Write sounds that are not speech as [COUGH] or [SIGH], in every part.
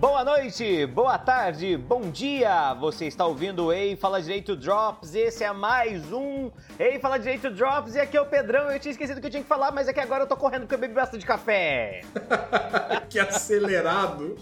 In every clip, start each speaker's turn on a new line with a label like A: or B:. A: Boa noite, boa tarde, bom dia! Você está ouvindo o Ei Fala Direito Drops, esse é mais um Ei Fala Direito Drops e aqui é o Pedrão. Eu tinha esquecido que eu tinha que falar, mas é que agora eu tô correndo porque eu bebi bastante café.
B: [LAUGHS] que é acelerado!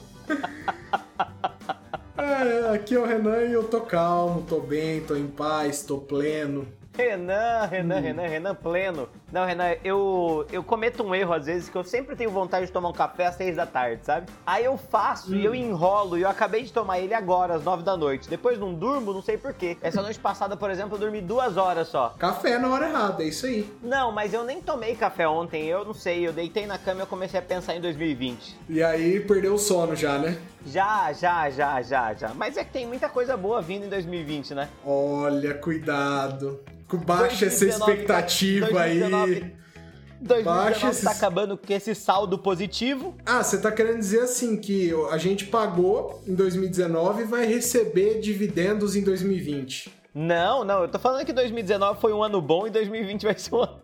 B: É, aqui é o Renan e eu tô calmo, tô bem, tô em paz, tô pleno.
A: Renan, Renan, Renan, Renan pleno. Não, Renan, eu, eu cometo um erro às vezes que eu sempre tenho vontade de tomar um café às seis da tarde, sabe? Aí eu faço e eu enrolo e eu acabei de tomar ele agora, às nove da noite. Depois não durmo, não sei porquê. Essa noite passada, por exemplo, eu dormi duas horas só.
B: Café na hora errada, é isso aí.
A: Não, mas eu nem tomei café ontem, eu não sei. Eu deitei na cama e eu comecei a pensar em 2020.
B: E aí perdeu o sono já, né?
A: Já, já, já, já, já. Mas é que tem muita coisa boa vindo em 2020, né?
B: Olha, cuidado. Cu- Baixa essa
A: 2019,
B: expectativa aí.
A: 2019
B: Baixa
A: tá
B: esses-
A: acabando com esse saldo positivo.
B: Ah, você tá querendo dizer assim que a gente pagou em 2019 e vai receber dividendos em 2020.
A: Não, não, eu tô falando que 2019 foi um ano bom e 2020 vai ser um ano.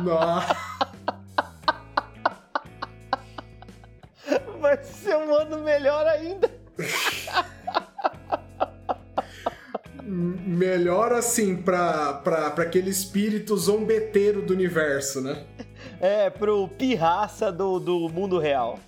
A: [LAUGHS]
B: Nossa.
A: Vai ser um ano melhor ainda.
B: Melhor assim pra, pra, pra aquele espírito zombeteiro do universo, né?
A: É, pro pirraça do, do mundo real.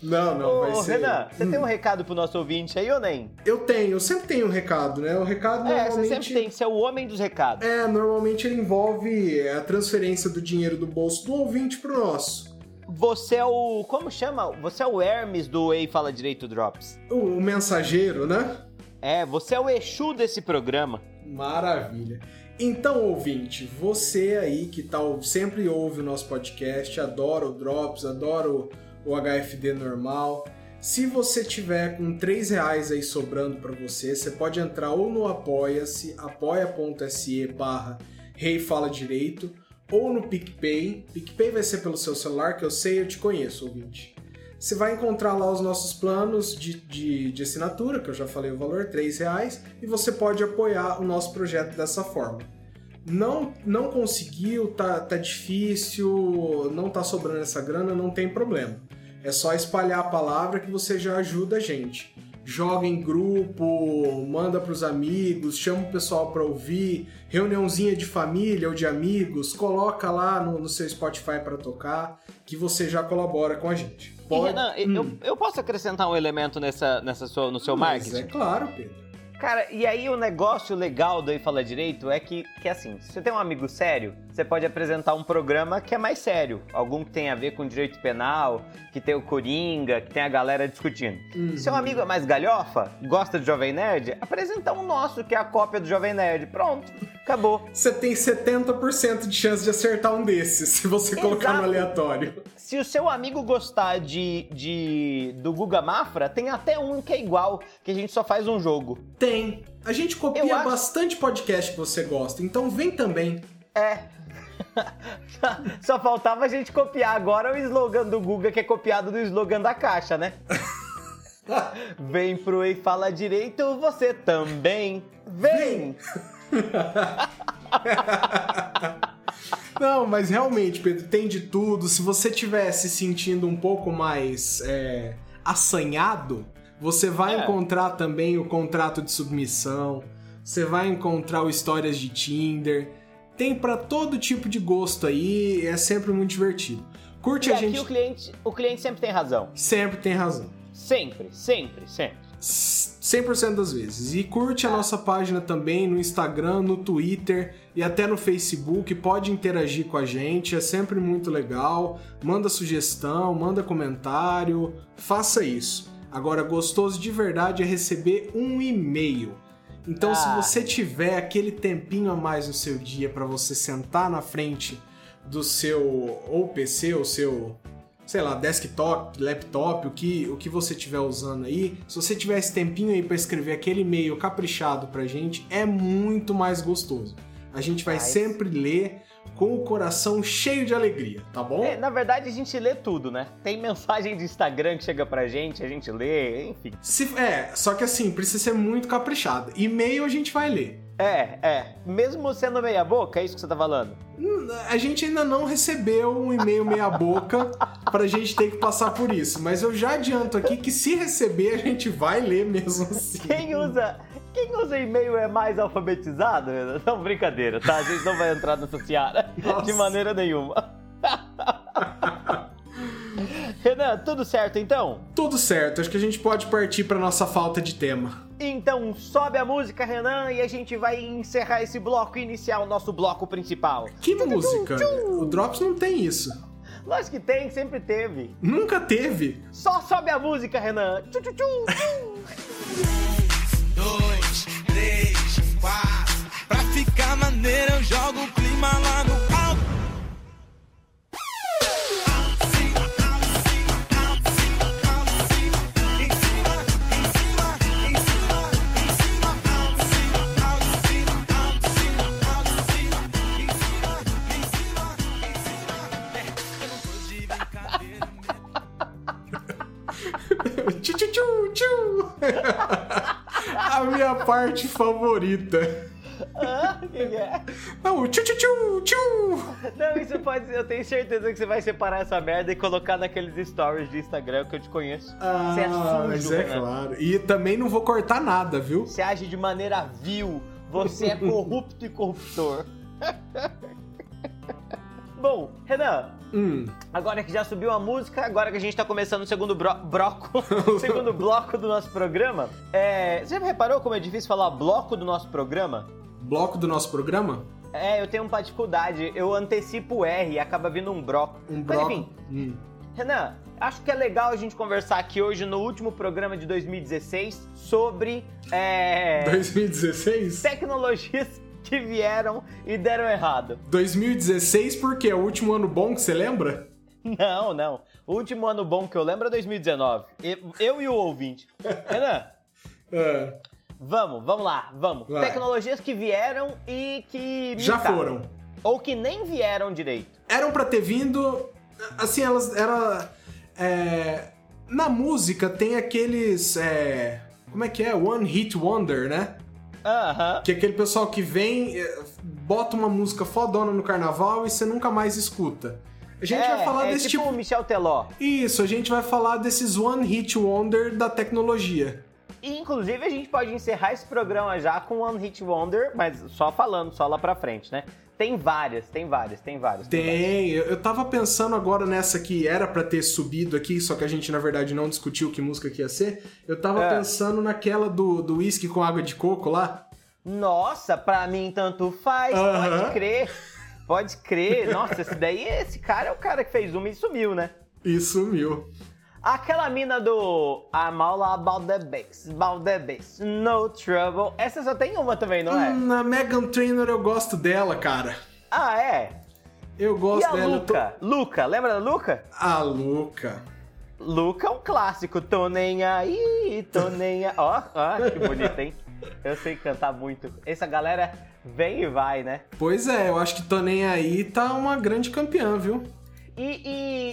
B: Não, não, Então vai
A: Ô,
B: ser. Hum.
A: Renan, você tem um recado pro nosso ouvinte aí ou nem?
B: Eu tenho, eu sempre tenho um recado, né? O recado
A: É, você
B: normalmente.
A: sempre tem, você é o homem dos recados.
B: É, normalmente ele envolve é, a transferência do dinheiro do bolso do ouvinte pro nosso.
A: Você é o. Como chama? Você é o Hermes do Ei Fala Direito Drops.
B: O, o mensageiro, né?
A: É, você é o Exu desse programa.
B: Maravilha. Então, ouvinte, você aí que tal sempre ouve o nosso podcast, adora o Drops, adora o, o HFD normal. Se você tiver com três reais aí sobrando para você, você pode entrar ou no apoia-se, apoia.se barra Rei Fala Direito, ou no PicPay. PicPay vai ser pelo seu celular, que eu sei, eu te conheço, ouvinte. Você vai encontrar lá os nossos planos de, de, de assinatura, que eu já falei o valor, R$ reais, e você pode apoiar o nosso projeto dessa forma. Não, não conseguiu, tá, tá difícil, não tá sobrando essa grana, não tem problema. É só espalhar a palavra que você já ajuda a gente. Joga em grupo, manda pros amigos, chama o pessoal para ouvir, reuniãozinha de família ou de amigos, coloca lá no, no seu Spotify para tocar, que você já colabora com a gente.
A: E Renan, eu- eu,
B: Hum.
A: eu posso acrescentar um elemento nessa, nessa sua, no seu
B: Mas
A: marketing?
B: é claro, Pedro.
A: Cara, e aí o negócio legal do Aí Fala Direito é que, que assim, se você tem um amigo sério, você pode apresentar um programa que é mais sério. Algum que tem a ver com direito penal, que tem o Coringa, que tem a galera discutindo. Seu
B: Uhum.
A: amigo é mais galhofa, gosta de Jovem Nerd, apresenta um nosso que é a cópia do Jovem Nerd. Pronto, acabou.
B: Você tem 70% de chance de acertar um desses, [LAUGHS] se você colocar no
A: Exato.
B: aleatório.
A: Se o seu amigo gostar de, de do Guga Mafra, tem até um que é igual, que a gente só faz um jogo.
B: Tem. A gente copia
A: Eu acho-
B: bastante podcast que você gosta, então vem também. [LAUGHS]
A: É. [LAUGHS] Só faltava a gente copiar agora o slogan do Guga, que é copiado do slogan da caixa, né? Vem pro Ei Fala Direito, você também. Vem!
B: Não, mas realmente, Pedro, tem de tudo. Se você estiver se sentindo um pouco mais é, assanhado, você vai
A: É.
B: encontrar também o contrato de submissão, você vai encontrar o Histórias de Tinder. Tem pra todo tipo de gosto aí, é sempre muito divertido. Curte
A: E
B: a
A: aqui
B: gente,
A: o, cliente, o cliente sempre tem razão.
B: sempre tem razão.
A: Sempre, sempre, sempre.
B: S- 100% das vezes. E curte a nossa página também no Instagram, no Twitter e até no Facebook. Pode interagir com a gente, é sempre muito legal. Manda sugestão, manda comentário, faça isso. Agora, gostoso de verdade é receber um e-mail. Então, se
A: Ah.
B: você tiver aquele tempinho a mais no seu dia para você sentar na frente do seu ou PC, ou seu sei lá, desktop, laptop, o que, o que você estiver usando aí, se você tiver esse tempinho aí para escrever aquele e-mail caprichado pra gente, é muito mais gostoso. A gente vai
A: Mas-
B: sempre ler com o coração cheio de alegria, tá bom?
A: É, na verdade, a gente lê tudo, né? Tem mensagem de Instagram que chega pra gente, a gente lê, enfim.
B: Se- é, só que assim, precisa ser muito caprichado. E-mail a gente vai ler.
A: É, é. Mesmo sendo meia boca, é isso que você tá falando?
B: Hum, A gente ainda não recebeu um e-mail meia boca pra gente ter que passar por isso. Mas eu já adianto aqui que se receber, a gente vai ler mesmo assim.
A: Quem usa, quem usa e-mail é mais alfabetizado? Renan? Não, brincadeira, tá? A gente não vai entrar nessa seara de
B: Nossa.
A: maneira nenhuma. Renan, tudo certo então?
B: Tudo certo, acho que a gente pode partir pra nossa falta de tema.
A: Então sobe a música, Renan, e a gente vai encerrar esse bloco e iniciar o nosso bloco principal.
B: Que música? O Drops não tem isso.
A: Lógico que tem, sempre teve.
B: Nunca teve. [LAUGHS]
A: Só sobe a música, Renan. Tchu, tchu, tchu, tchu.
C: dois, três, quatro. Pra ficar maneiro, eu jogo o clima lá no alto.
B: Tchu, tchu, tchu, tchu. [LAUGHS] A minha parte favorita.
A: Ah, que que é?
B: Não, tchu, tchu, tchu, tchu.
A: Não, isso pode ser. Eu tenho certeza que você vai separar essa merda e colocar naqueles stories de Instagram que eu te conheço. você é
B: Ah,
A: sujo,
B: mas é
A: Renan.
B: claro. E também não vou cortar nada, viu?
A: Você age de maneira vil. Você é corrupto e corruptor. [LAUGHS] Bom, Renan,
B: Hum.
A: agora que já subiu a música, agora que a gente tá começando o segundo bro
B: [LAUGHS]
A: broco, segundo bloco do nosso programa, é, você já reparou como é difícil falar bloco do nosso programa?
B: Bloco do nosso programa?
A: É, eu tenho uma dificuldade, eu antecipo o R e acaba vindo um broco.
B: Um
A: Mas
B: bloco.
A: enfim,
B: Hum.
A: Renan, acho que é legal a gente conversar aqui hoje no último programa de 2016 sobre é,
B: 2016?
A: tecnologias [LAUGHS] que vieram e deram errado.
B: 2016 porque é o último ano bom que você lembra?
A: Não, não. O último ano bom que eu lembro é 2019. Eu, eu e o
B: [LAUGHS]
A: ouvinte. Renan,
B: Ah,
A: vamos, vamos lá, vamos.
B: Vai.
A: Tecnologias que vieram e que.
B: já
A: mincaram.
B: foram.
A: Ou que nem vieram direito.
B: Eram pra ter vindo. Assim, elas. Era. é, na música tem aqueles. é, como é que é? One Hit Wonder, né?
A: Aham.
B: Que é aquele pessoal que vem, é, bota uma música fodona no carnaval e você nunca mais escuta. A gente
A: é,
B: vai falar
A: é
B: desse
A: tipo o
B: tipo.
A: Michel Teló.
B: Isso, a gente vai falar desses One Hit Wonder da tecnologia.
A: E, Inclusive, a gente pode encerrar esse programa já com One Hit Wonder, mas só falando, só lá pra frente, né? Tem várias, tem várias, tem várias.
B: Tem, eu, eu tava pensando agora nessa que era pra ter subido aqui, só que a gente na verdade não discutiu que música que ia ser. Eu tava
A: É.
B: pensando naquela do do uísque com água de coco lá.
A: Nossa, pra mim tanto faz,
B: Aham.
A: pode crer. Pode
B: [LAUGHS]
A: crer. Nossa, esse daí, esse cara é o cara que fez uma e sumiu, né?
B: E sumiu.
A: Aquela mina do I'm all about the bass, about the bass, no trouble. Essa só tem uma também, não é?
B: Na Megan Trainor eu gosto dela, cara.
A: Ah, é?
B: Eu gosto
A: E a
B: dela. eu tô-
A: Luca? Luca, lembra da Luca?
B: A Luca.
A: Luca é um clássico, tô nem aí, tô nem aí. Ó, ó, que bonito, hein? Eu sei cantar muito. Essa galera vem e vai, né?
B: Pois é, eu acho que Tô Nem Aí tá uma grande campeã, viu?
A: E,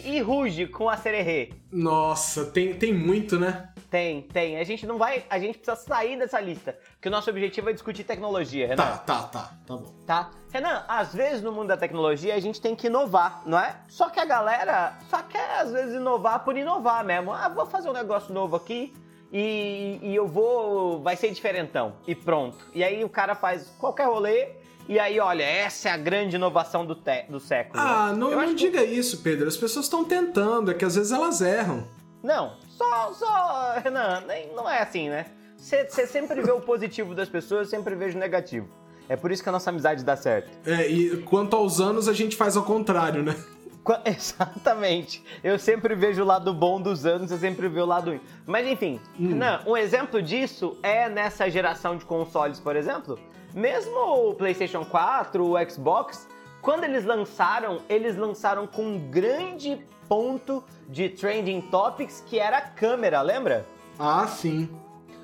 A: e, e ruge com a sererê.
B: Nossa, tem, tem muito, né?
A: Tem, tem. A gente não vai. A gente precisa sair dessa lista. Porque o nosso objetivo é discutir tecnologia, né? Renan.
B: Tá, tá, tá, tá bom.
A: tá? Renan, às vezes no mundo da tecnologia a gente tem que inovar, não é? Só que a galera só quer às vezes inovar por inovar mesmo. Ah, vou fazer um negócio novo aqui e, e eu vou. Vai ser diferentão. E pronto. E aí o cara faz qualquer rolê e aí, olha, essa é a grande inovação do, te- do século.
B: Ah,
A: né?
B: não,
A: Eu
B: não
A: acho que-
B: diga isso, Pedro. As pessoas estão tentando, é que às vezes elas erram.
A: Não, só, só, Renan, nem, não é assim, né? Você sempre vê o positivo das pessoas, eu sempre vejo o negativo. É por isso que a nossa amizade dá certo.
B: É, e quanto aos anos, a gente faz ao contrário, né?
A: Qua- [LAUGHS] Exatamente. Eu sempre vejo o lado bom dos anos, eu sempre vejo o lado ruim. Mas enfim,
B: Hum.
A: Renan, um exemplo disso é nessa geração de consoles, por exemplo. Mesmo o PlayStation 4, o Xbox, quando eles lançaram, eles lançaram com um grande ponto de trending topics que era a câmera, lembra?
B: Ah, sim.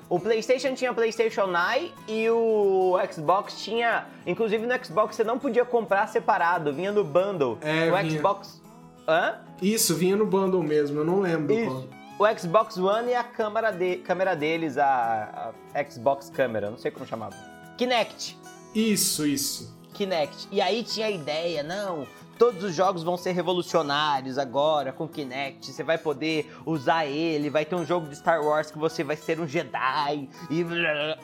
A: O PlayStation tinha PlayStation Eye e o Xbox tinha. Inclusive no Xbox você não podia comprar separado, vinha no bundle.
B: É,
A: o
B: vinha.
A: Xbox. Hã?
B: Isso, vinha no bundle mesmo, eu não lembro.
A: Isso. O Xbox One e a câmera, de, câmera deles, a, a Xbox Câmera, não sei como chamava. Kinect.
B: Isso, isso.
A: Kinect. E aí tinha a ideia, não, todos os jogos vão ser revolucionários agora com Kinect. Você vai poder usar ele, vai ter um jogo de Star Wars que você vai ser um Jedi e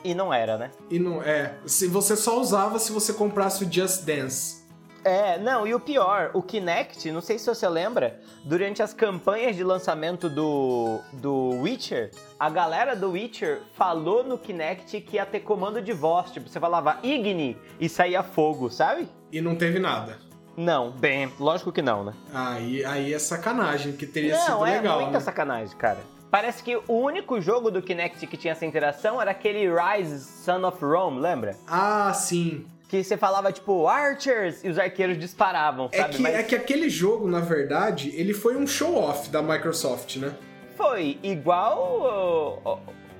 A: e não era, né?
B: E não é. Se você só usava se você comprasse o Just Dance.
A: É, não, e o pior, o Kinect, não sei se você lembra, durante as campanhas de lançamento do, do Witcher, a galera do Witcher falou no Kinect que ia ter comando de voz, tipo, você falava Igni e saía fogo, sabe?
B: E não teve nada.
A: Não, bem, lógico que não, né?
B: Aí, aí é sacanagem, que teria
A: não,
B: sido
A: é
B: legal.
A: muita
B: né?
A: sacanagem, cara. Parece que o único jogo do Kinect que tinha essa interação era aquele Rise Son of Rome, lembra?
B: Ah, sim.
A: Que você falava, tipo, Archers, e os arqueiros disparavam,
B: É
A: sabe?
B: que,
A: Mas-
B: é que aquele jogo, na verdade, ele foi um show-off da Microsoft, né?
A: Foi igual. ó, ó,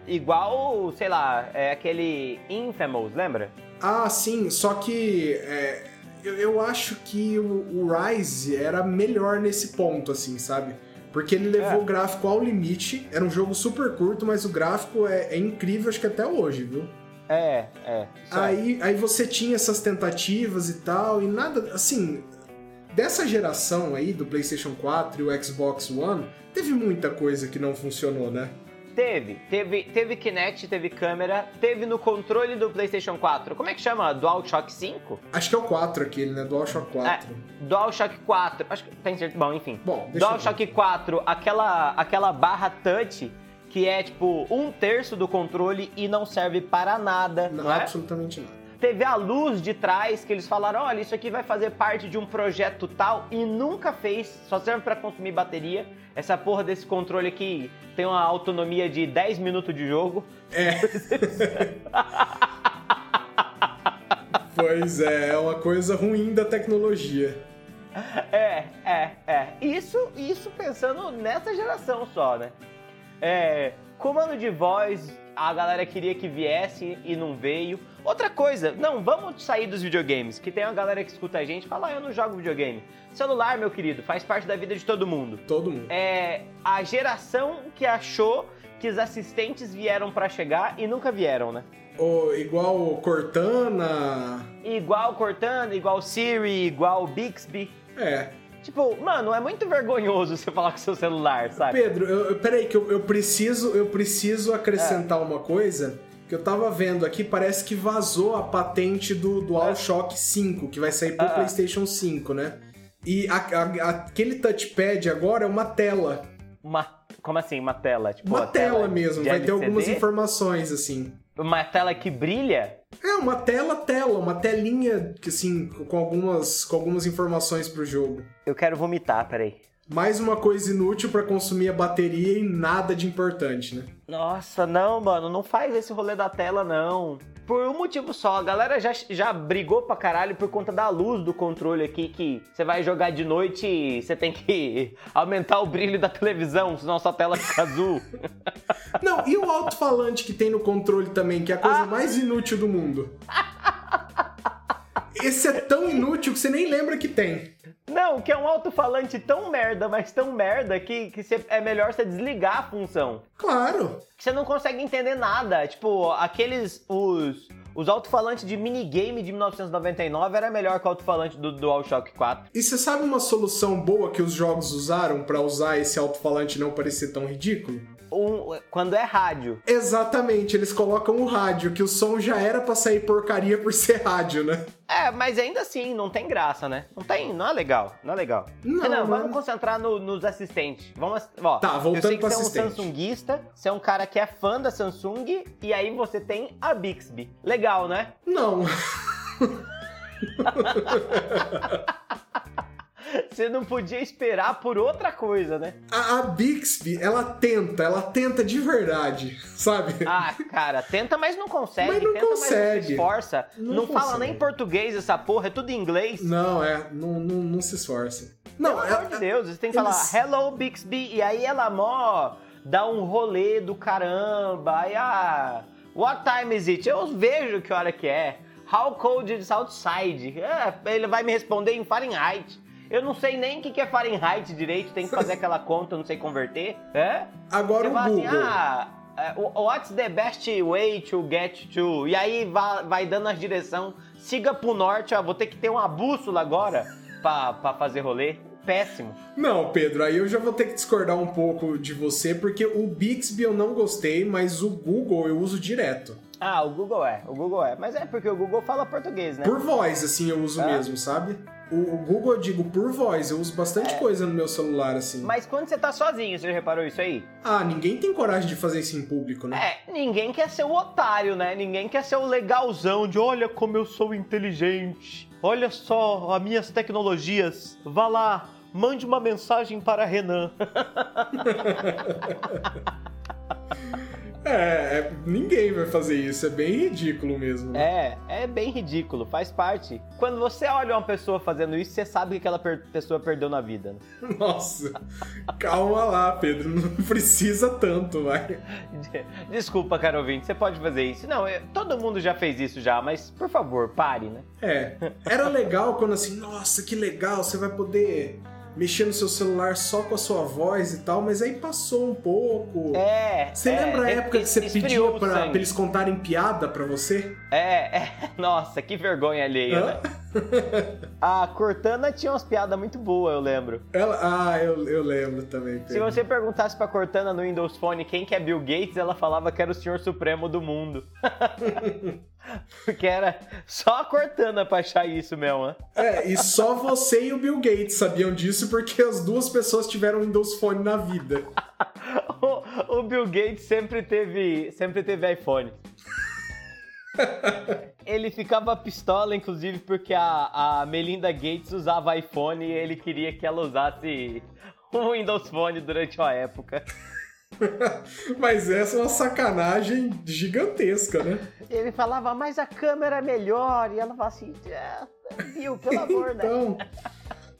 A: Igual, sei lá, é aquele Infamous, lembra?
B: Ah, sim, só que é, eu, eu acho que o, o Rise era melhor nesse ponto, assim, sabe? Porque ele levou
A: É.
B: o gráfico ao limite, era um jogo super curto, mas o gráfico é, é incrível, acho que até hoje, viu?
A: É, é. isso é.
B: Aí, aí você tinha essas tentativas e tal, e nada, assim, dessa geração aí, do PlayStation 4 e o Xbox One, teve muita coisa que não funcionou, né?
A: Teve, teve, teve Kinect, teve câmera, teve no controle do PlayStation 4. Como é que chama? DualShock 5?
B: Acho que é o 4 aquele, né? DualShock 4.
A: É. DualShock 4. Acho que tem certeza. Bom, enfim.
B: Bom, deixa eu ver.
A: DualShock 4, aquela, aquela barra touch que é tipo um terço do controle e não serve para nada, não,
B: Não,
A: é?
B: absolutamente nada.
A: Teve a luz de trás que eles falaram: olha, isso aqui vai fazer parte de um projeto tal e nunca fez, só serve pra consumir bateria. Essa porra desse controle aqui tem uma autonomia de 10 minutos de jogo. [LAUGHS]
B: Pois é, é uma coisa ruim da tecnologia.
A: É, é, é. Isso, isso pensando nessa geração só, né? É, comando de voz, a galera queria que viesse e não veio. Outra coisa, não, vamos sair dos videogames, que tem uma galera que escuta a gente e fala, ah, eu não jogo videogame. Celular, meu querido, faz parte da vida de todo mundo.
B: Todo mundo.
A: É a geração que achou que os assistentes vieram pra chegar e nunca vieram, né?
B: Ou igual Cortana.
A: Igual Cortana, igual Siri, igual Bixby.
B: É.
A: Tipo, mano, é muito vergonhoso você falar com seu celular, sabe?
B: Pedro, eu, eu- peraí, que eu, eu preciso eu preciso
A: Ah.
B: acrescentar uma coisa que eu tava vendo aqui, parece que vazou a patente do DualShock 5, que vai sair pro
A: Ah.
B: PlayStation 5, né? E a- a- aquele touchpad agora é uma tela.
A: Uma, como assim, uma tela? Tipo,
B: Uma
A: a
B: tela mesmo,
A: de
B: vai ter
A: LCD?
B: algumas informações assim.
A: Uma tela que brilha?
B: É, uma tela, tela, uma telinha, que assim, com algumas, com algumas informações pro jogo.
A: Eu quero vomitar, peraí.
B: Mais uma coisa inútil pra consumir a bateria e nada de importante, né?
A: Nossa, não, mano, não faz esse rolê da tela, não. Por um motivo só, a galera já, já brigou pra caralho por conta da luz do controle aqui, que você vai jogar de noite e você tem que [LAUGHS] aumentar o brilho da televisão, senão sua tela fica azul.
B: Não, e o alto-falante que tem no controle também, que é a coisa
A: Ah.
B: mais inútil do mundo. Esse é tão inútil que você nem lembra que tem.
A: Não, que é um alto-falante tão merda, mas tão merda que, que cê- é melhor você desligar a função.
B: Claro.
A: Que você não consegue entender nada. Tipo, aqueles. Os, os alto-falantes de minigame de 1999 era melhor que o alto-falante do DualShock 4.
B: E você sabe uma solução boa que os jogos usaram pra usar esse alto-falante e não parecer tão ridículo?
A: Um, quando é rádio.
B: Exatamente, eles colocam o rádio, que o som já era pra sair porcaria por ser rádio, né?
A: É, mas ainda assim, não tem graça, né? Não tem, não é legal, não é legal.
B: Não,
A: Renan,
B: né?
A: vamos concentrar no- nos assistentes. Vamos, ass- ó,
B: Tá, voltando
A: eu sei que
B: pro
A: você é um
B: assistente.
A: samsunguista, você é um cara que é fã da Samsung, e aí você tem a Bixby. Legal, né?
B: Não.
A: Você não podia esperar por outra coisa,
B: [LAUGHS]
A: né?
B: A, a Bixby, ela tenta, ela tenta de verdade, sabe?
A: Ah, cara, tenta, mas não consegue.
B: Mas não
A: tenta, Mas não
B: consegue.
A: se esforça.
B: Não
A: Não, fala
B: consegue.
A: nem português essa porra, é tudo em inglês.
B: Não, é, não, não, não se esforça. Não,
A: Pelo
B: é,
A: amor de Deus, você tem que
B: eles-
A: falar Hello Bixby, e aí ela mó dá um rolê do caramba. Aí, ah, what time is it? Eu vejo que hora que é. How cold is outside? Ah, ele vai me responder em Fahrenheit. Eu não sei nem o que que é
B: [LAUGHS]
A: Fahrenheit direito, tem que fazer aquela conta, eu não sei converter. É? Você
B: Agora o
A: fala assim,
B: Google.
A: ah, é, what's the best way to get to? E aí vai, vai dando as direções. Siga pro norte, ó, vou ter que ter uma bússola agora pra, pra fazer rolê. Péssimo.
B: Não, Pedro, aí eu já vou ter que discordar um pouco de você, porque o Bixby eu não gostei, mas o Google eu uso direto.
A: Ah, o Google é, o Google é. Mas é porque o Google fala português, né?
B: Por voz, assim, eu uso
A: Ah.
B: mesmo, sabe? O, o Google eu digo por voz, eu uso bastante
A: É.
B: coisa no meu celular, assim.
A: Mas quando você tá sozinho, você já reparou isso aí?
B: Ah, ninguém tem coragem de fazer isso em público, né?
A: É, ninguém quer ser o otário, né? Ninguém quer ser o legalzão de olha como eu sou inteligente. Olha só as minhas tecnologias. Vá lá, mande uma mensagem para Renan.
B: É, é, ninguém vai fazer isso, é bem ridículo mesmo. né?
A: É, é bem ridículo, faz parte. Quando você olha uma pessoa fazendo isso, você sabe que aquela per- pessoa perdeu na vida. né?
B: [LAUGHS]
A: [LAUGHS]
B: Nossa, calma lá, Pedro, não [LAUGHS] precisa tanto, vai.
A: De- Desculpa, caro ouvinte, você pode fazer isso. Não, eu- todo mundo já fez isso já, mas por favor, pare, né?
B: É, era legal quando assim, nossa, que legal, você vai poder mexer no seu celular só com a sua voz e tal, mas aí passou um pouco.
A: É.
B: Você
A: é,
B: lembra a
A: es-
B: época que você
A: esfriou
B: pedia
A: o
B: pra, pra
A: sangue.
B: eles contarem piada pra você?
A: É, é, [LAUGHS] nossa, que vergonha alheia, né?
B: Hã?
A: A Cortana tinha umas piadas muito boas, eu lembro.
B: [LAUGHS] Ela- ah, eu, eu lembro também,
A: Se
B: Pedro.
A: você perguntasse pra Cortana no Windows Phone quem que é Bill Gates, ela falava que era o senhor supremo do mundo. [LAUGHS] Porque era só a Cortana pra achar isso mesmo, né? [LAUGHS]
B: É, e só você e o Bill Gates sabiam disso porque as duas pessoas tiveram um Windows Phone na vida. [LAUGHS]
A: O, o Bill Gates sempre teve, sempre teve iPhone. Ele ficava pistola, inclusive, porque a, a Melinda Gates usava iPhone e ele queria que ela usasse o Windows Phone durante uma época.
B: Mas essa é uma sacanagem gigantesca, né?
A: Ele falava, mas a câmera é melhor. E ela falava assim, "Ah, Bill, pelo amor, né?
B: Então,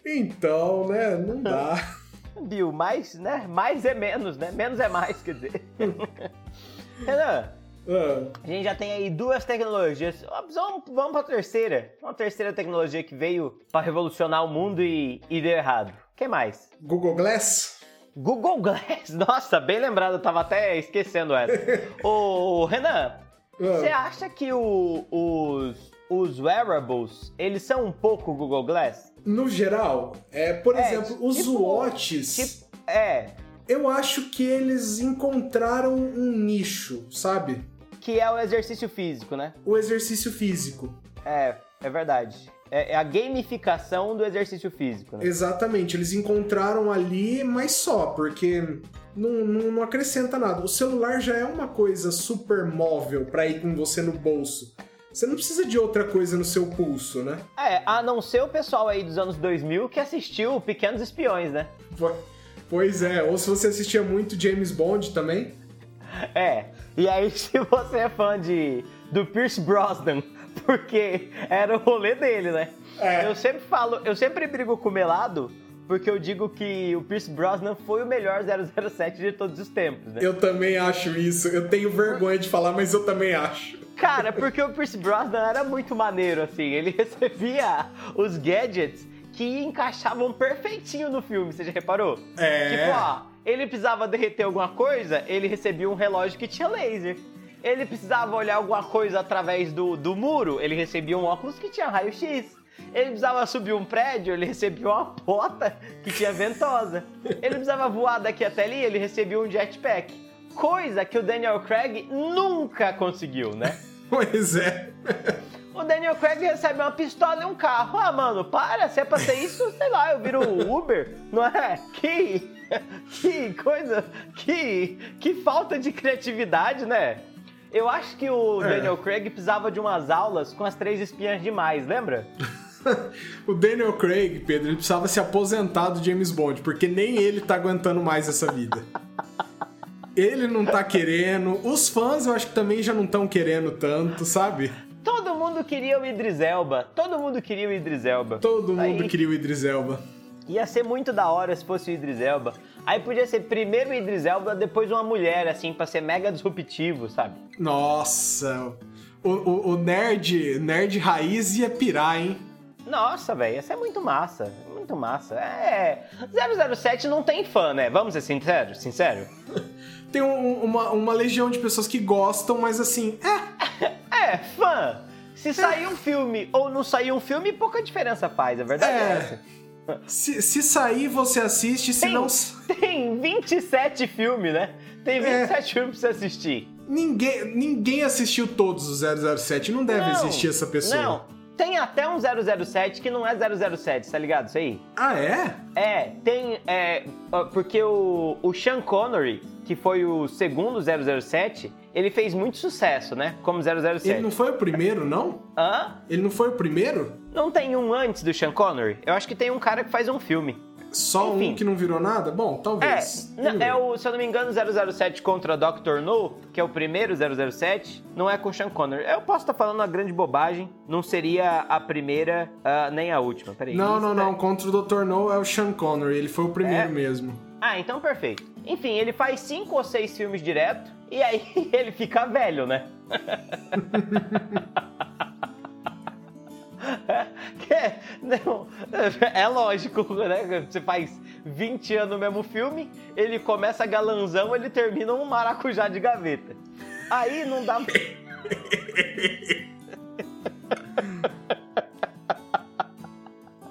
B: então, né? Não dá.
A: Ah. Bill, mais, né? Mais é menos, né? Menos é mais, quer dizer. Renan,
B: Ah,
A: a gente já tem aí duas tecnologias. Vamos, vamos pra terceira. Uma terceira tecnologia que veio pra revolucionar o mundo e, e deu errado. O que mais?
B: Google Glass?
A: Google Glass. [LAUGHS] Nossa, bem lembrado, eu tava até esquecendo essa. Ô, Renan, você
B: Ah,
A: acha que o- os, os wearables, eles são um pouco Google Glass?
B: no geral, é, por
A: É,
B: exemplo, os
A: tipo-
B: watches,
A: tipo- É,
B: eu acho que eles encontraram um nicho, sabe?
A: que é o exercício físico, né?
B: O exercício físico.
A: É, é verdade. É, é a gamificação do exercício físico, né?
B: Exatamente, eles encontraram ali, mas só, porque não, não, não acrescenta nada. O celular já é uma coisa super móvel pra ir com você no bolso. Você não precisa de outra coisa no seu pulso, né?
A: É, a não ser o pessoal aí dos anos 2000 que assistiu Pequenos Espiões, né?
B: Po- Pois é, ou se você assistia muito James Bond também.
A: É, e aí [LAUGHS] se você é fã de, do Pierce Brosnan, [LAUGHS] porque era o rolê dele, né?
B: É.
A: Eu sempre falo, eu sempre brigo com o Melado, porque eu digo que o Pierce Brosnan foi o melhor 007 de todos os tempos, né?
B: Eu também acho isso. Eu tenho vergonha de falar, mas eu também acho. [LAUGHS]
A: Cara, porque o Pierce Brosnan era muito maneiro, assim. Ele [LAUGHS] recebia os gadgets que encaixavam perfeitinho no filme, você já reparou?
B: É.
A: Tipo, ó, ele precisava derreter alguma coisa, ele recebia um relógio que tinha laser. Ele precisava olhar alguma coisa através do, do muro, ele recebia um óculos que tinha raio-x. Ele precisava subir um prédio, ele recebia uma bota que tinha ventosa. Ele precisava voar daqui até ali, ele recebia um jetpack. Coisa que o Daniel Craig nunca conseguiu, né?
B: Pois é.
A: O Daniel Craig recebe uma pistola e um carro. Ah, mano, para, se é pra ser isso, sei lá, eu viro um Uber, não é? Que. Que coisa. Que. Que falta de criatividade, né? Eu acho que o
B: É.
A: Daniel Craig precisava de umas aulas com as três espinhas demais, lembra?
B: O Daniel Craig, Pedro, ele precisava se aposentar do James Bond, porque nem ele tá aguentando mais essa vida. Ele não tá querendo, os fãs eu acho que também já não estão querendo tanto, sabe?
A: Todo mundo queria o Idris Elba. Todo mundo queria o Idris Elba.
B: Todo
A: Aí-
B: mundo queria o Idris Elba.
A: Ia ser muito da hora se fosse o Idris Elba. Aí podia ser primeiro o Idris Elba, depois uma mulher, assim, pra ser mega disruptivo, sabe?
B: Nossa, o, o- o nerd, nerd raiz ia pirar, hein?
A: Nossa, velho, essa é muito massa. Muito massa. É. 007 não tem fã, né? Vamos ser sinceros? Sincero?
B: tem um- uma, uma legião de pessoas que gostam, mas assim, é,
A: É, fã! Se sair um filme ou não sair um filme, pouca diferença faz, a verdade é,
B: É.
A: essa.
B: se, se sair você assiste, se
A: Tem.
B: não. s-
A: Tem 27 filmes, né?
B: É.
A: Tem 27 filmes pra você assistir.
B: Ninguém, ninguém assistiu todos os 007, não deve
A: Não,
B: existir essa pessoa.
A: Não, tem até um 007 que não é 007, tá ligado? Isso aí.
B: Ah, é?
A: É, tem. É, ó, porque o, o Sean Connery, que foi o segundo 007, ele fez muito sucesso, né? Como 007.
B: Ele não foi o primeiro, não?
A: Hã?
B: Ele não foi o primeiro?
A: Não tem um antes do Sean Connery? Eu acho que tem um cara que faz um filme.
B: Só
A: Enfim.
B: um que não virou nada? Bom,
A: É,
B: talvez.
A: n-
B: Vamos ver.
A: é o, se eu não me engano, 007 contra Dr. No, que é o primeiro 007, não é com Sean Connery. Eu posso estar falando uma grande bobagem, não seria a primeira ah, nem a última. Peraí.
B: Não,
A: isso
B: não,
A: tá-
B: não. Contra o Dr. No é o Sean Connery. Ele foi o primeiro
A: É?
B: mesmo.
A: Ah, então perfeito. Enfim, ele faz cinco ou seis filmes direto e aí [LAUGHS] ele fica velho, né? [LAUGHS] Que é- não, é lógico, né? Você faz 20 anos no mesmo filme, ele começa galanzão, ele termina um maracujá de gaveta. Aí não dá.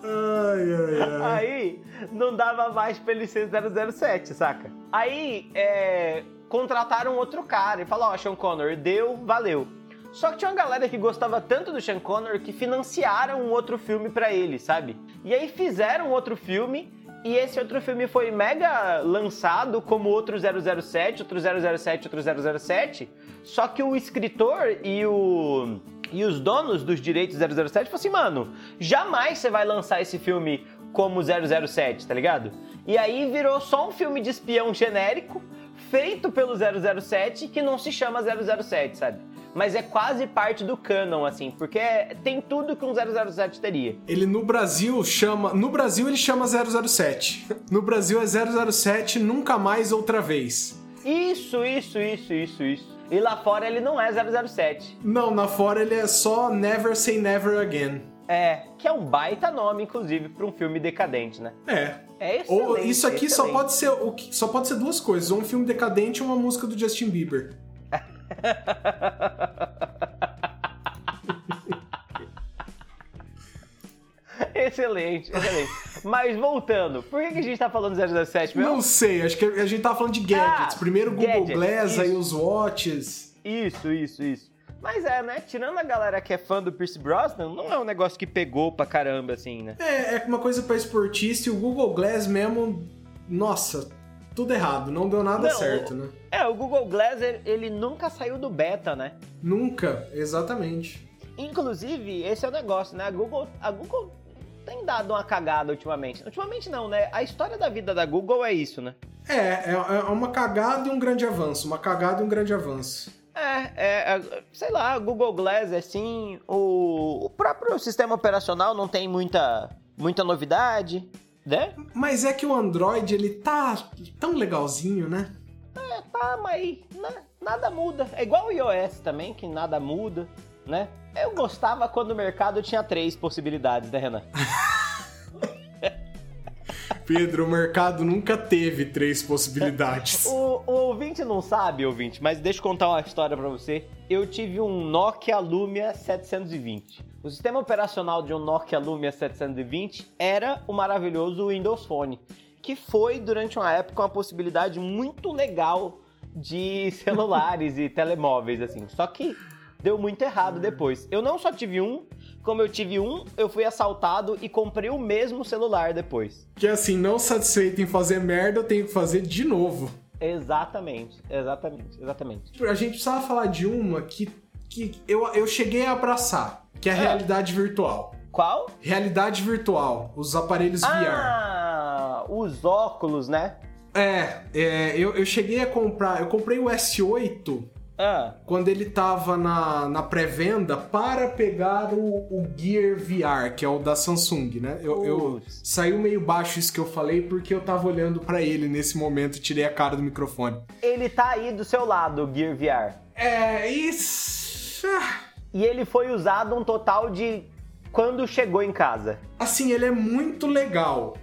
B: Ai, ai, ai.
A: Aí não dava mais pra ele ser 007, saca? Aí é, contrataram outro cara e falaram, ó, Sean Connery, deu, valeu. Só que tinha uma galera que gostava tanto do Sean Connery que financiaram um outro filme pra ele, sabe? E aí fizeram um outro filme e esse outro filme foi mega lançado como outro 007, outro 007, outro 007. Só que o escritor e o e os donos dos direitos 007 falaram assim, mano, jamais você vai lançar esse filme como 007, tá ligado? E aí virou só um filme de espião genérico feito pelo 007 que não se chama 007, sabe? Mas é quase parte do canon, assim, porque é- tem tudo que um 007 teria.
B: Ele no Brasil chama. No Brasil ele chama 007. [LAUGHS] No Brasil é 007 nunca mais outra vez.
A: Isso, isso, isso, isso, isso. E lá fora ele não é 007.
B: Não, na fora ele é só Never Say Never Again.
A: É, que é um baita nome, inclusive, pra um filme decadente, né?
B: É.
A: É isso.
B: Ou isso aqui só pode ser o que, só pode ser duas coisas, ou um filme decadente ou uma música do Justin Bieber.
A: [LAUGHS] Excelente, excelente. Mas voltando, por que, que a gente tá falando 007 mesmo?
B: Não sei, acho que a gente tava falando de gadgets.
A: Ah,
B: Primeiro o Google
A: gadgets,
B: Glass, aí
A: isso.
B: os watches.
A: Isso, isso, isso. Mas é, né? Tirando a galera que é fã do Pierce Brosnan, não é um negócio que pegou pra caramba, assim, né?
B: É, é uma coisa pra esportista e o Google Glass mesmo, nossa, tudo errado, não deu nada
A: Não,
B: certo, né?
A: É, o Google Glass, ele- ele nunca saiu do beta, né?
B: Nunca, exatamente.
A: Inclusive, esse é o negócio, né? A Google, a Google tem dado uma cagada ultimamente. Ultimamente não, né? A história da vida da Google é isso, né?
B: É, é, é uma cagada e um grande avanço, uma cagada e um grande avanço.
A: É, é, é, sei lá, o Google Glass, assim, o, o próprio sistema operacional não tem muita, muita novidade, né?
B: Mas é que o Android, ele tá tão legalzinho, né?
A: É, tá, mas né, nada muda. É igual o iOS também, que nada muda, né? Eu gostava quando o mercado tinha três possibilidades, né, Renan?
B: Pedro, o mercado nunca teve três
A: [LAUGHS]
B: possibilidades.
A: O, o ouvinte não sabe, ouvinte, mas deixa eu contar uma história pra você. Eu tive um Nokia Lumia 720. O sistema operacional de um Nokia Lumia 720 era o maravilhoso Windows Phone, que foi durante uma época uma possibilidade muito legal de celulares e telemóveis assim. Só que deu muito errado depois. Eu não só tive um, como eu tive um, eu fui assaltado e comprei o mesmo celular depois.
B: que assim, não satisfeito em fazer merda, eu tenho que fazer de novo.
A: Exatamente, exatamente, exatamente.
B: Tipo, A gente precisava falar de uma que, que eu, eu cheguei a abraçar, que é a
A: Ah.
B: realidade virtual.
A: Qual?
B: Realidade virtual, os aparelhos
A: Ah, os óculos, né?
B: VR. É, é, eu, eu cheguei a comprar, eu comprei o S8
A: Ah,
B: quando ele tava na, na pré-venda para pegar o, o Gear VR, que é o da Samsung, né? Eu, eu-
A: Putz.
B: saiu meio baixo isso que eu falei porque eu tava olhando pra ele nesse momento e tirei a cara do microfone.
A: ele tá aí do seu lado, o Gear VR.
B: É, isso. ah,
A: E ele foi usado um total de quando chegou em casa.
B: Assim, ele é muito legal.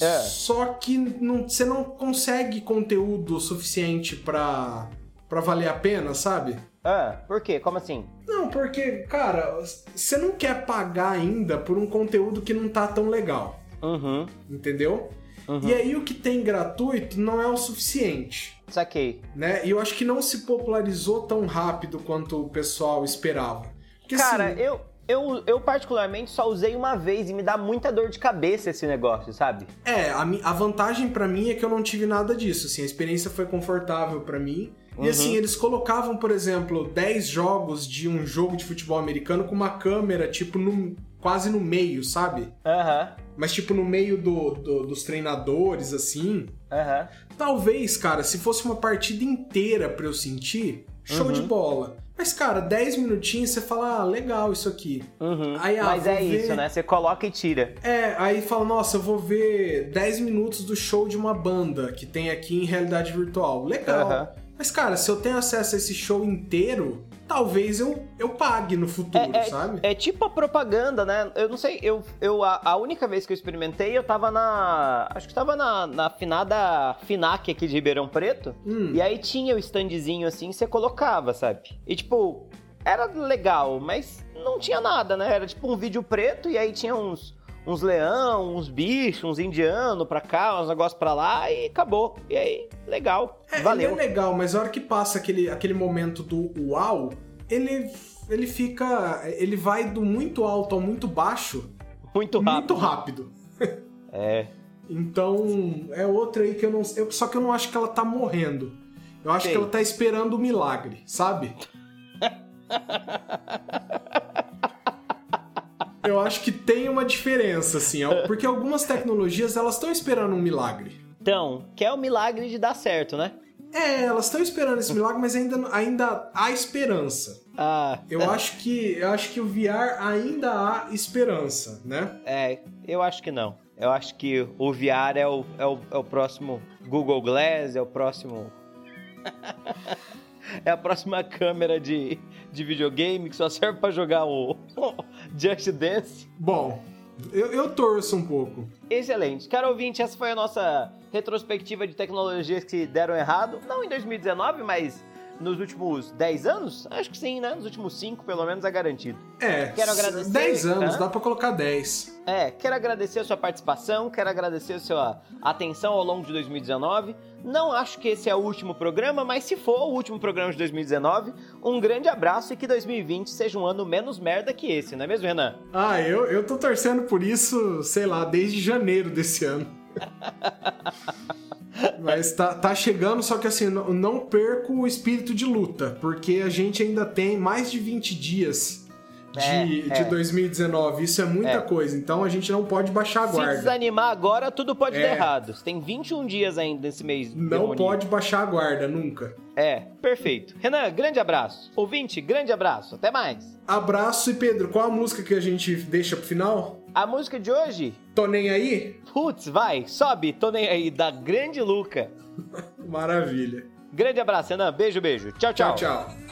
A: É.
B: Só que não- você não consegue conteúdo suficiente pra, pra valer a pena, sabe?
A: Ah, por quê? Como assim?
B: Não, porque, cara, você não quer pagar ainda por um conteúdo que não tá tão legal,
A: Uhum,
B: entendeu?
A: Uhum.
B: E aí o que tem gratuito não é o suficiente,
A: saquei.
B: né? E eu acho que não se popularizou tão rápido quanto o pessoal esperava. Porque,
A: Cara,
B: assim,
A: eu, eu, eu particularmente só usei uma vez e me dá muita dor de cabeça esse negócio, sabe?
B: É, a, mi- a vantagem pra mim é que eu não tive nada disso, assim, a experiência foi confortável pra mim.
A: Uhum.
B: E assim, eles colocavam, por exemplo, 10 jogos de um jogo de futebol americano com uma câmera, tipo, no, quase no meio, sabe?
A: Aham,
B: Mas, tipo, no meio do, do- dos treinadores, assim.
A: aham.
B: Talvez, cara, se fosse uma partida inteira pra eu sentir, show
A: Uhum.
B: de bola. Mas, cara, 10 minutinhos você fala, ah, legal isso aqui.
A: Uhum.
B: Aí, ah,
A: Mas
B: vou
A: é isso,
B: ver.
A: né? Você coloca e tira.
B: É, aí fala, nossa, eu vou ver 10 minutos do show de uma banda que tem aqui em realidade virtual. Legal.
A: Aham.
B: Mas, cara, se eu tenho acesso a esse show inteiro, talvez eu, eu pague no futuro,
A: É, é-
B: sabe?
A: é tipo a propaganda, né? Eu não sei, eu, eu a, a única vez que eu experimentei, eu tava na. Acho que tava na, na finada FINAC aqui de Ribeirão Preto.
B: Hum.
A: E aí tinha o standzinho assim, você colocava, sabe? E tipo, era legal, mas não tinha nada, né? Era tipo um vídeo preto e aí tinha uns, uns leão, uns bichos, uns indianos pra cá, uns negócios pra lá e acabou. E aí, legal.
B: É,
A: valeu.
B: ele é legal, mas a hora que passa aquele, aquele momento do uau, ele, ele fica. Ele vai do muito alto ao muito baixo
A: Muito rápido.
B: muito rápido.
A: [LAUGHS] É.
B: Então, é outra aí que eu não. Eu, só que eu não acho que ela tá morrendo. Eu acho
A: Sei.
B: que ela tá esperando o milagre, sabe? Eu acho que tem uma diferença, assim, ó, porque algumas tecnologias elas estão esperando um milagre.
A: [LAUGHS] Então, que é o milagre de dar certo, né?
B: É, elas estão esperando esse milagre, mas ainda, ainda há esperança.
A: Ah,
B: Eu acho que eu acho que o VR ainda há esperança, né?
A: É, eu acho que não. Eu acho que o VR é o, é o, é o próximo Google Glass, é o próximo. [LAUGHS] é a próxima câmera de, de videogame que só serve pra jogar o [LAUGHS] Just Dance.
B: Bom, eu, eu torço um pouco.
A: Excelente. Caro ouvinte, essa foi a nossa retrospectiva de tecnologias que deram errado. Não em 2019, mas nos últimos 10 anos? Acho que sim, né? Nos últimos 5, pelo menos, é garantido.
B: É,
A: Quero agradecer,
B: 10 anos,
A: tá?
B: dá pra colocar 10.
A: É, quero agradecer a sua participação, quero agradecer a sua atenção ao longo de 2019. Não acho que esse é o último programa, mas se for o último programa de 2019, um grande abraço e que 2020 seja um ano menos merda que esse, não é mesmo, Renan?
B: Ah, eu, eu tô torcendo por isso, sei lá, desde janeiro desse
A: [LAUGHS]
B: ano. Mas tá, tá chegando, só que assim, não, não perco o espírito de luta, porque a gente ainda tem mais de 20 dias de,
A: É, é.
B: de 2019. Isso é muita
A: É.
B: coisa, então a gente não pode baixar a
A: Se
B: guarda.
A: desanimar agora, tudo pode dar
B: É.
A: errado. Você tem 21 dias ainda nesse mês.
B: Não
A: demoníaco.
B: pode baixar a guarda, nunca.
A: É, perfeito. Renan, grande abraço. Ouvinte, grande abraço. Até mais.
B: Abraço e Pedro, qual a música que a gente deixa pro final?
A: A música de hoje?
B: Tô nem aí?
A: Putz, vai, sobe, tô nem aí, da grande Luca.
B: Maravilha.
A: Grande abraço, Renan. Beijo, beijo. tchau.
B: tchau. tchau.